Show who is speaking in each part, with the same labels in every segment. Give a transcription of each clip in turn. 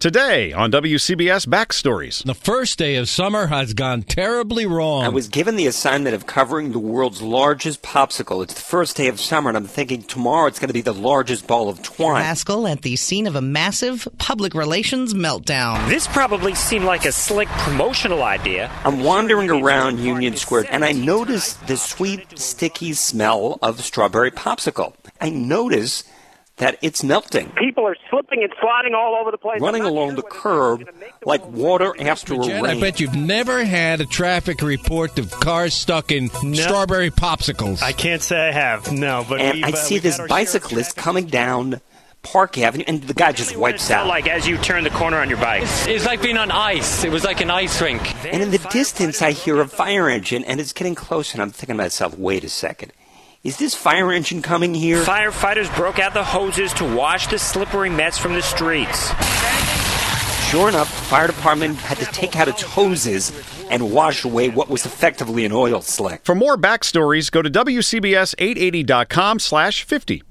Speaker 1: Today on WCBS Backstories.
Speaker 2: The first day of summer has gone terribly wrong.
Speaker 3: I was given the assignment of covering the world's largest popsicle. It's the first day of summer, and I'm thinking tomorrow it's going to be the largest ball of twine.
Speaker 4: Pascal at the scene of a massive public relations meltdown.
Speaker 5: This probably seemed like a slick promotional idea.
Speaker 3: I'm wandering around Union Square, and I notice the sweet, sticky smell of strawberry popsicle. I notice that it's melting.
Speaker 6: People are slipping and sliding all over the place.
Speaker 3: running
Speaker 6: I'm not
Speaker 3: along
Speaker 6: sure
Speaker 3: the
Speaker 6: whether it's
Speaker 3: curb
Speaker 6: gonna make the
Speaker 3: like
Speaker 6: world
Speaker 3: water after a
Speaker 2: Jen,
Speaker 3: rain.
Speaker 2: I bet you've never had a traffic report of cars stuck in strawberry popsicles.
Speaker 7: I can't say I have. No, but
Speaker 3: and
Speaker 7: we've,
Speaker 3: I
Speaker 7: uh,
Speaker 3: see
Speaker 7: we've
Speaker 3: this
Speaker 7: had our share of
Speaker 3: bicyclist
Speaker 7: traffic.
Speaker 3: coming down Park Avenue, and the guy just
Speaker 6: really what it
Speaker 3: wipes
Speaker 6: felt
Speaker 3: out.
Speaker 6: like as you turn the corner on your bike.
Speaker 5: It's like being on ice. It was like an ice rink.
Speaker 3: and in the distance, I hear a fire engine, and it's getting close, and I'm thinking to myself, wait a second. Is this fire engine coming here?
Speaker 5: Firefighters broke out the hoses to wash the slippery mess from the streets.
Speaker 3: Sure enough, the fire department had to take out its hoses and wash away what was effectively an oil slick.
Speaker 1: For more backstories, go to WCBS880.com slash 50.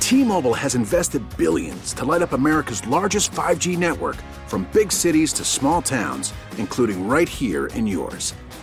Speaker 8: T-Mobile has invested billions to light up America's largest 5G network from big cities to small towns, including right here in yours.